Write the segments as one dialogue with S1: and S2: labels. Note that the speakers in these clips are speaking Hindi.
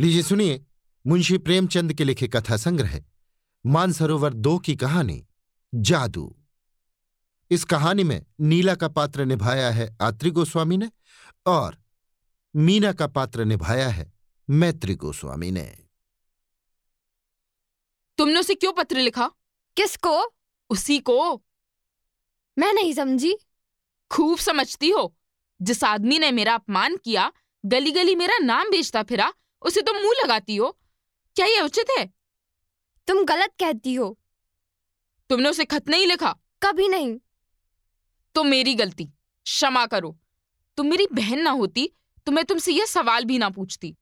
S1: लीजिए सुनिए मुंशी प्रेमचंद के लिखे कथा संग्रह मानसरोवर दो की कहानी जादू इस कहानी में नीला का पात्र निभाया है आत्रि गोस्वामी ने और मीना का पात्र निभाया है मैत्री गोस्वामी ने
S2: तुमने उसे क्यों पत्र लिखा
S3: किसको
S2: उसी को
S3: मैं नहीं समझी
S2: खूब समझती हो जिस आदमी ने मेरा अपमान किया गली गली मेरा नाम बेचता फिरा उसे तुम मुंह लगाती हो क्या ये उचित है
S3: तुम गलत कहती हो
S2: तुमने उसे खत नहीं लिखा
S3: कभी नहीं
S2: तो मेरी गलती क्षमा करो तुम मेरी बहन ना होती तो मैं तुमसे यह सवाल भी ना पूछती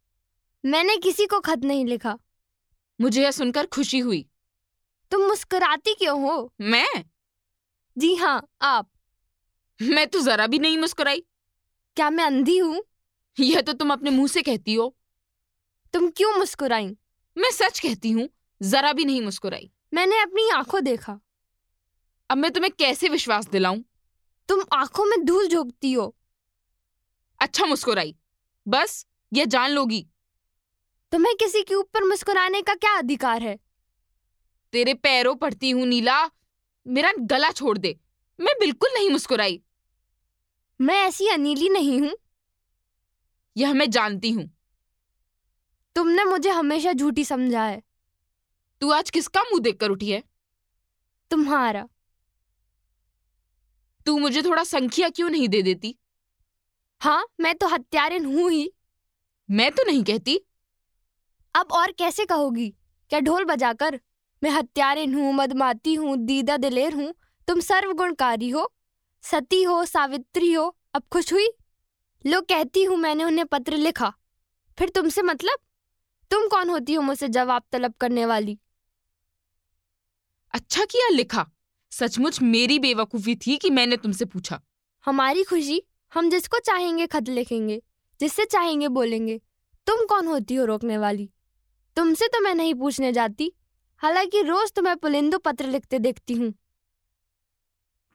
S3: मैंने किसी को खत नहीं लिखा
S2: मुझे यह सुनकर खुशी हुई
S3: तुम मुस्कुराती क्यों हो
S2: मैं
S3: जी हाँ आप
S2: मैं तो जरा भी नहीं मुस्कुराई
S3: क्या मैं अंधी हूँ
S2: यह तो तुम अपने मुंह से कहती हो
S3: तुम क्यों मुस्कुराई
S2: मैं सच कहती हूँ जरा भी नहीं मुस्कुराई
S3: मैंने अपनी आंखों देखा
S2: अब मैं तुम्हें कैसे विश्वास दिलाऊं
S3: तुम आंखों में धूल झोंकती हो
S2: अच्छा मुस्कुराई बस यह जान लोगी
S3: तुम्हें किसी के ऊपर मुस्कुराने का क्या अधिकार है
S2: तेरे पैरों पड़ती हूँ नीला मेरा गला छोड़ दे मैं बिल्कुल नहीं मुस्कुराई
S3: मैं ऐसी अनिली नहीं हूँ
S2: यह मैं जानती हूँ
S3: तुमने मुझे हमेशा झूठी समझा है
S2: तू आज किसका मुंह देखकर उठी है
S3: तुम्हारा
S2: तू मुझे थोड़ा संख्या क्यों नहीं दे देती
S3: हाँ मैं तो हत्यारिन हूँ ही
S2: मैं तो नहीं कहती
S3: अब और कैसे कहोगी क्या ढोल बजाकर मैं हत्यारिन हूँ मदमाती हूँ दीदा दिलेर हूँ तुम सर्वगुणकारी हो सती हो सावित्री हो अब खुश हुई लोग कहती हूँ मैंने उन्हें पत्र लिखा फिर तुमसे मतलब तुम कौन होती हो मुझसे जवाब तलब करने वाली
S2: अच्छा किया लिखा सचमुच मेरी बेवकूफी थी कि मैंने तुमसे पूछा
S3: हमारी खुशी हम जिसको चाहेंगे खत लिखेंगे जिससे चाहेंगे बोलेंगे तुम कौन होती हो रोकने वाली तुमसे तो मैं नहीं पूछने जाती हालांकि रोज तुम्हें पुलिंदो पत्र लिखते देखती हूँ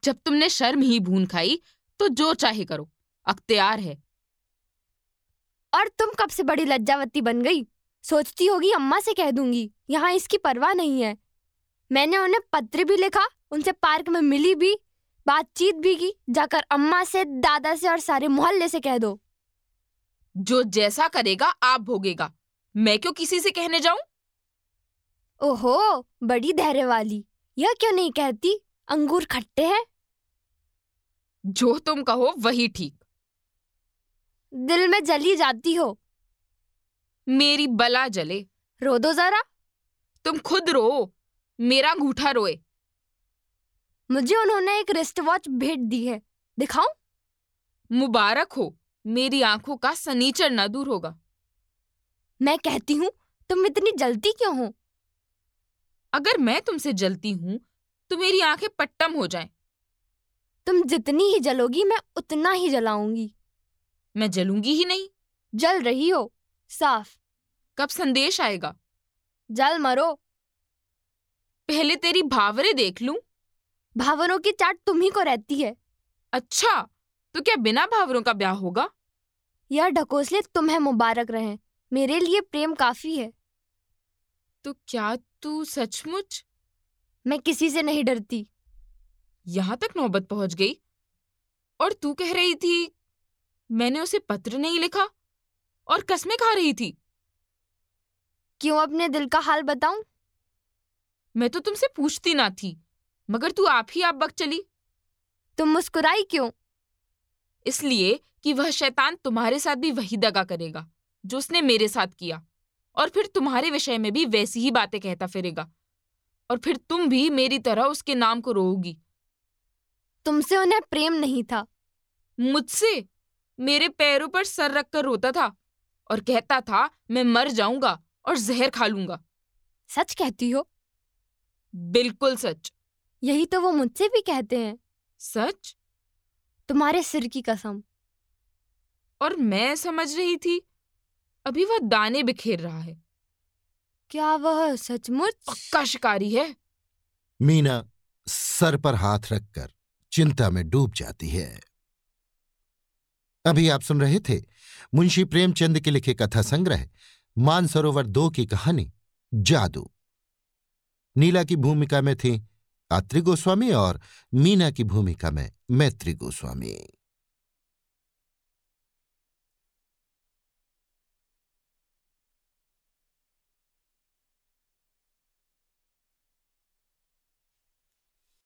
S2: जब तुमने शर्म ही भून खाई तो जो चाहे करो अख्तियार है
S3: और तुम कब से बड़ी लज्जावती बन गई सोचती होगी अम्मा से कह दूंगी यहाँ इसकी परवाह नहीं है मैंने उन्हें पत्र भी लिखा उनसे पार्क में मिली भी बातचीत भी की जाकर अम्मा से दादा से और सारे मोहल्ले से कह दो
S2: जो जैसा करेगा आप भोगेगा मैं क्यों किसी से कहने जाऊं
S3: ओहो बड़ी धैर्य वाली यह क्यों नहीं कहती अंगूर खट्टे हैं
S2: जो तुम कहो वही ठीक
S3: दिल में जली जाती हो
S2: मेरी बला जले
S3: रो दो जरा
S2: तुम खुद रो मेरा अंगूठा रोए
S3: मुझे उन्होंने एक रिस्ट वॉच भेंट दी है दिखाऊं
S2: मुबारक हो मेरी आंखों का सनीचर ना दूर होगा
S3: मैं कहती हूँ तुम इतनी जलती क्यों हो
S2: अगर मैं तुमसे जलती हूं तो मेरी आंखें पट्टम हो जाएं
S3: तुम जितनी ही जलोगी मैं उतना ही जलाऊंगी
S2: मैं जलूंगी ही नहीं
S3: जल रही हो साफ
S2: कब संदेश आएगा
S3: जल मरो
S2: पहले तेरी भावरे देख लूं
S3: भावनों की चाट तुम ही को रहती है
S2: अच्छा तो क्या बिना भावरों का ब्याह होगा
S3: यह ढकोसले तुम्हें मुबारक रहे मेरे लिए प्रेम काफी है
S2: तो क्या तू सचमुच
S3: मैं किसी से नहीं डरती
S2: यहाँ तक नौबत पहुंच गई और तू कह रही थी मैंने उसे पत्र नहीं लिखा और कसमें खा रही थी
S3: क्यों अपने दिल का हाल बताऊं
S2: मैं तो तुमसे पूछती ना थी मगर तू आप ही आप बक चली
S3: तुम मुस्कुराई क्यों
S2: इसलिए कि वह शैतान तुम्हारे साथ भी वही दगा करेगा जो उसने मेरे साथ किया और फिर तुम्हारे विषय में भी वैसी ही बातें कहता फिरेगा और फिर तुम भी मेरी तरह उसके नाम को रोओगी
S3: तुमसे उन्हें प्रेम नहीं था
S2: मुझसे मेरे पैरों पर सर रखकर रोता था और कहता था मैं मर जाऊंगा और जहर खा लूंगा
S3: सच कहती हो
S2: बिल्कुल सच
S3: यही तो वो मुझसे भी कहते हैं
S2: सच
S3: तुम्हारे सिर की कसम
S2: और मैं समझ रही थी अभी वह दाने बिखेर रहा है
S3: क्या वह सचमुच
S2: पक्का शिकारी है
S1: मीना सर पर हाथ रखकर चिंता में डूब जाती है अभी आप सुन रहे थे मुंशी प्रेमचंद के लिखे कथा संग्रह मानसरोवर दो की कहानी जादू नीला की भूमिका में थी आत्री गोस्वामी और मीना की भूमिका में मैत्री गोस्वामी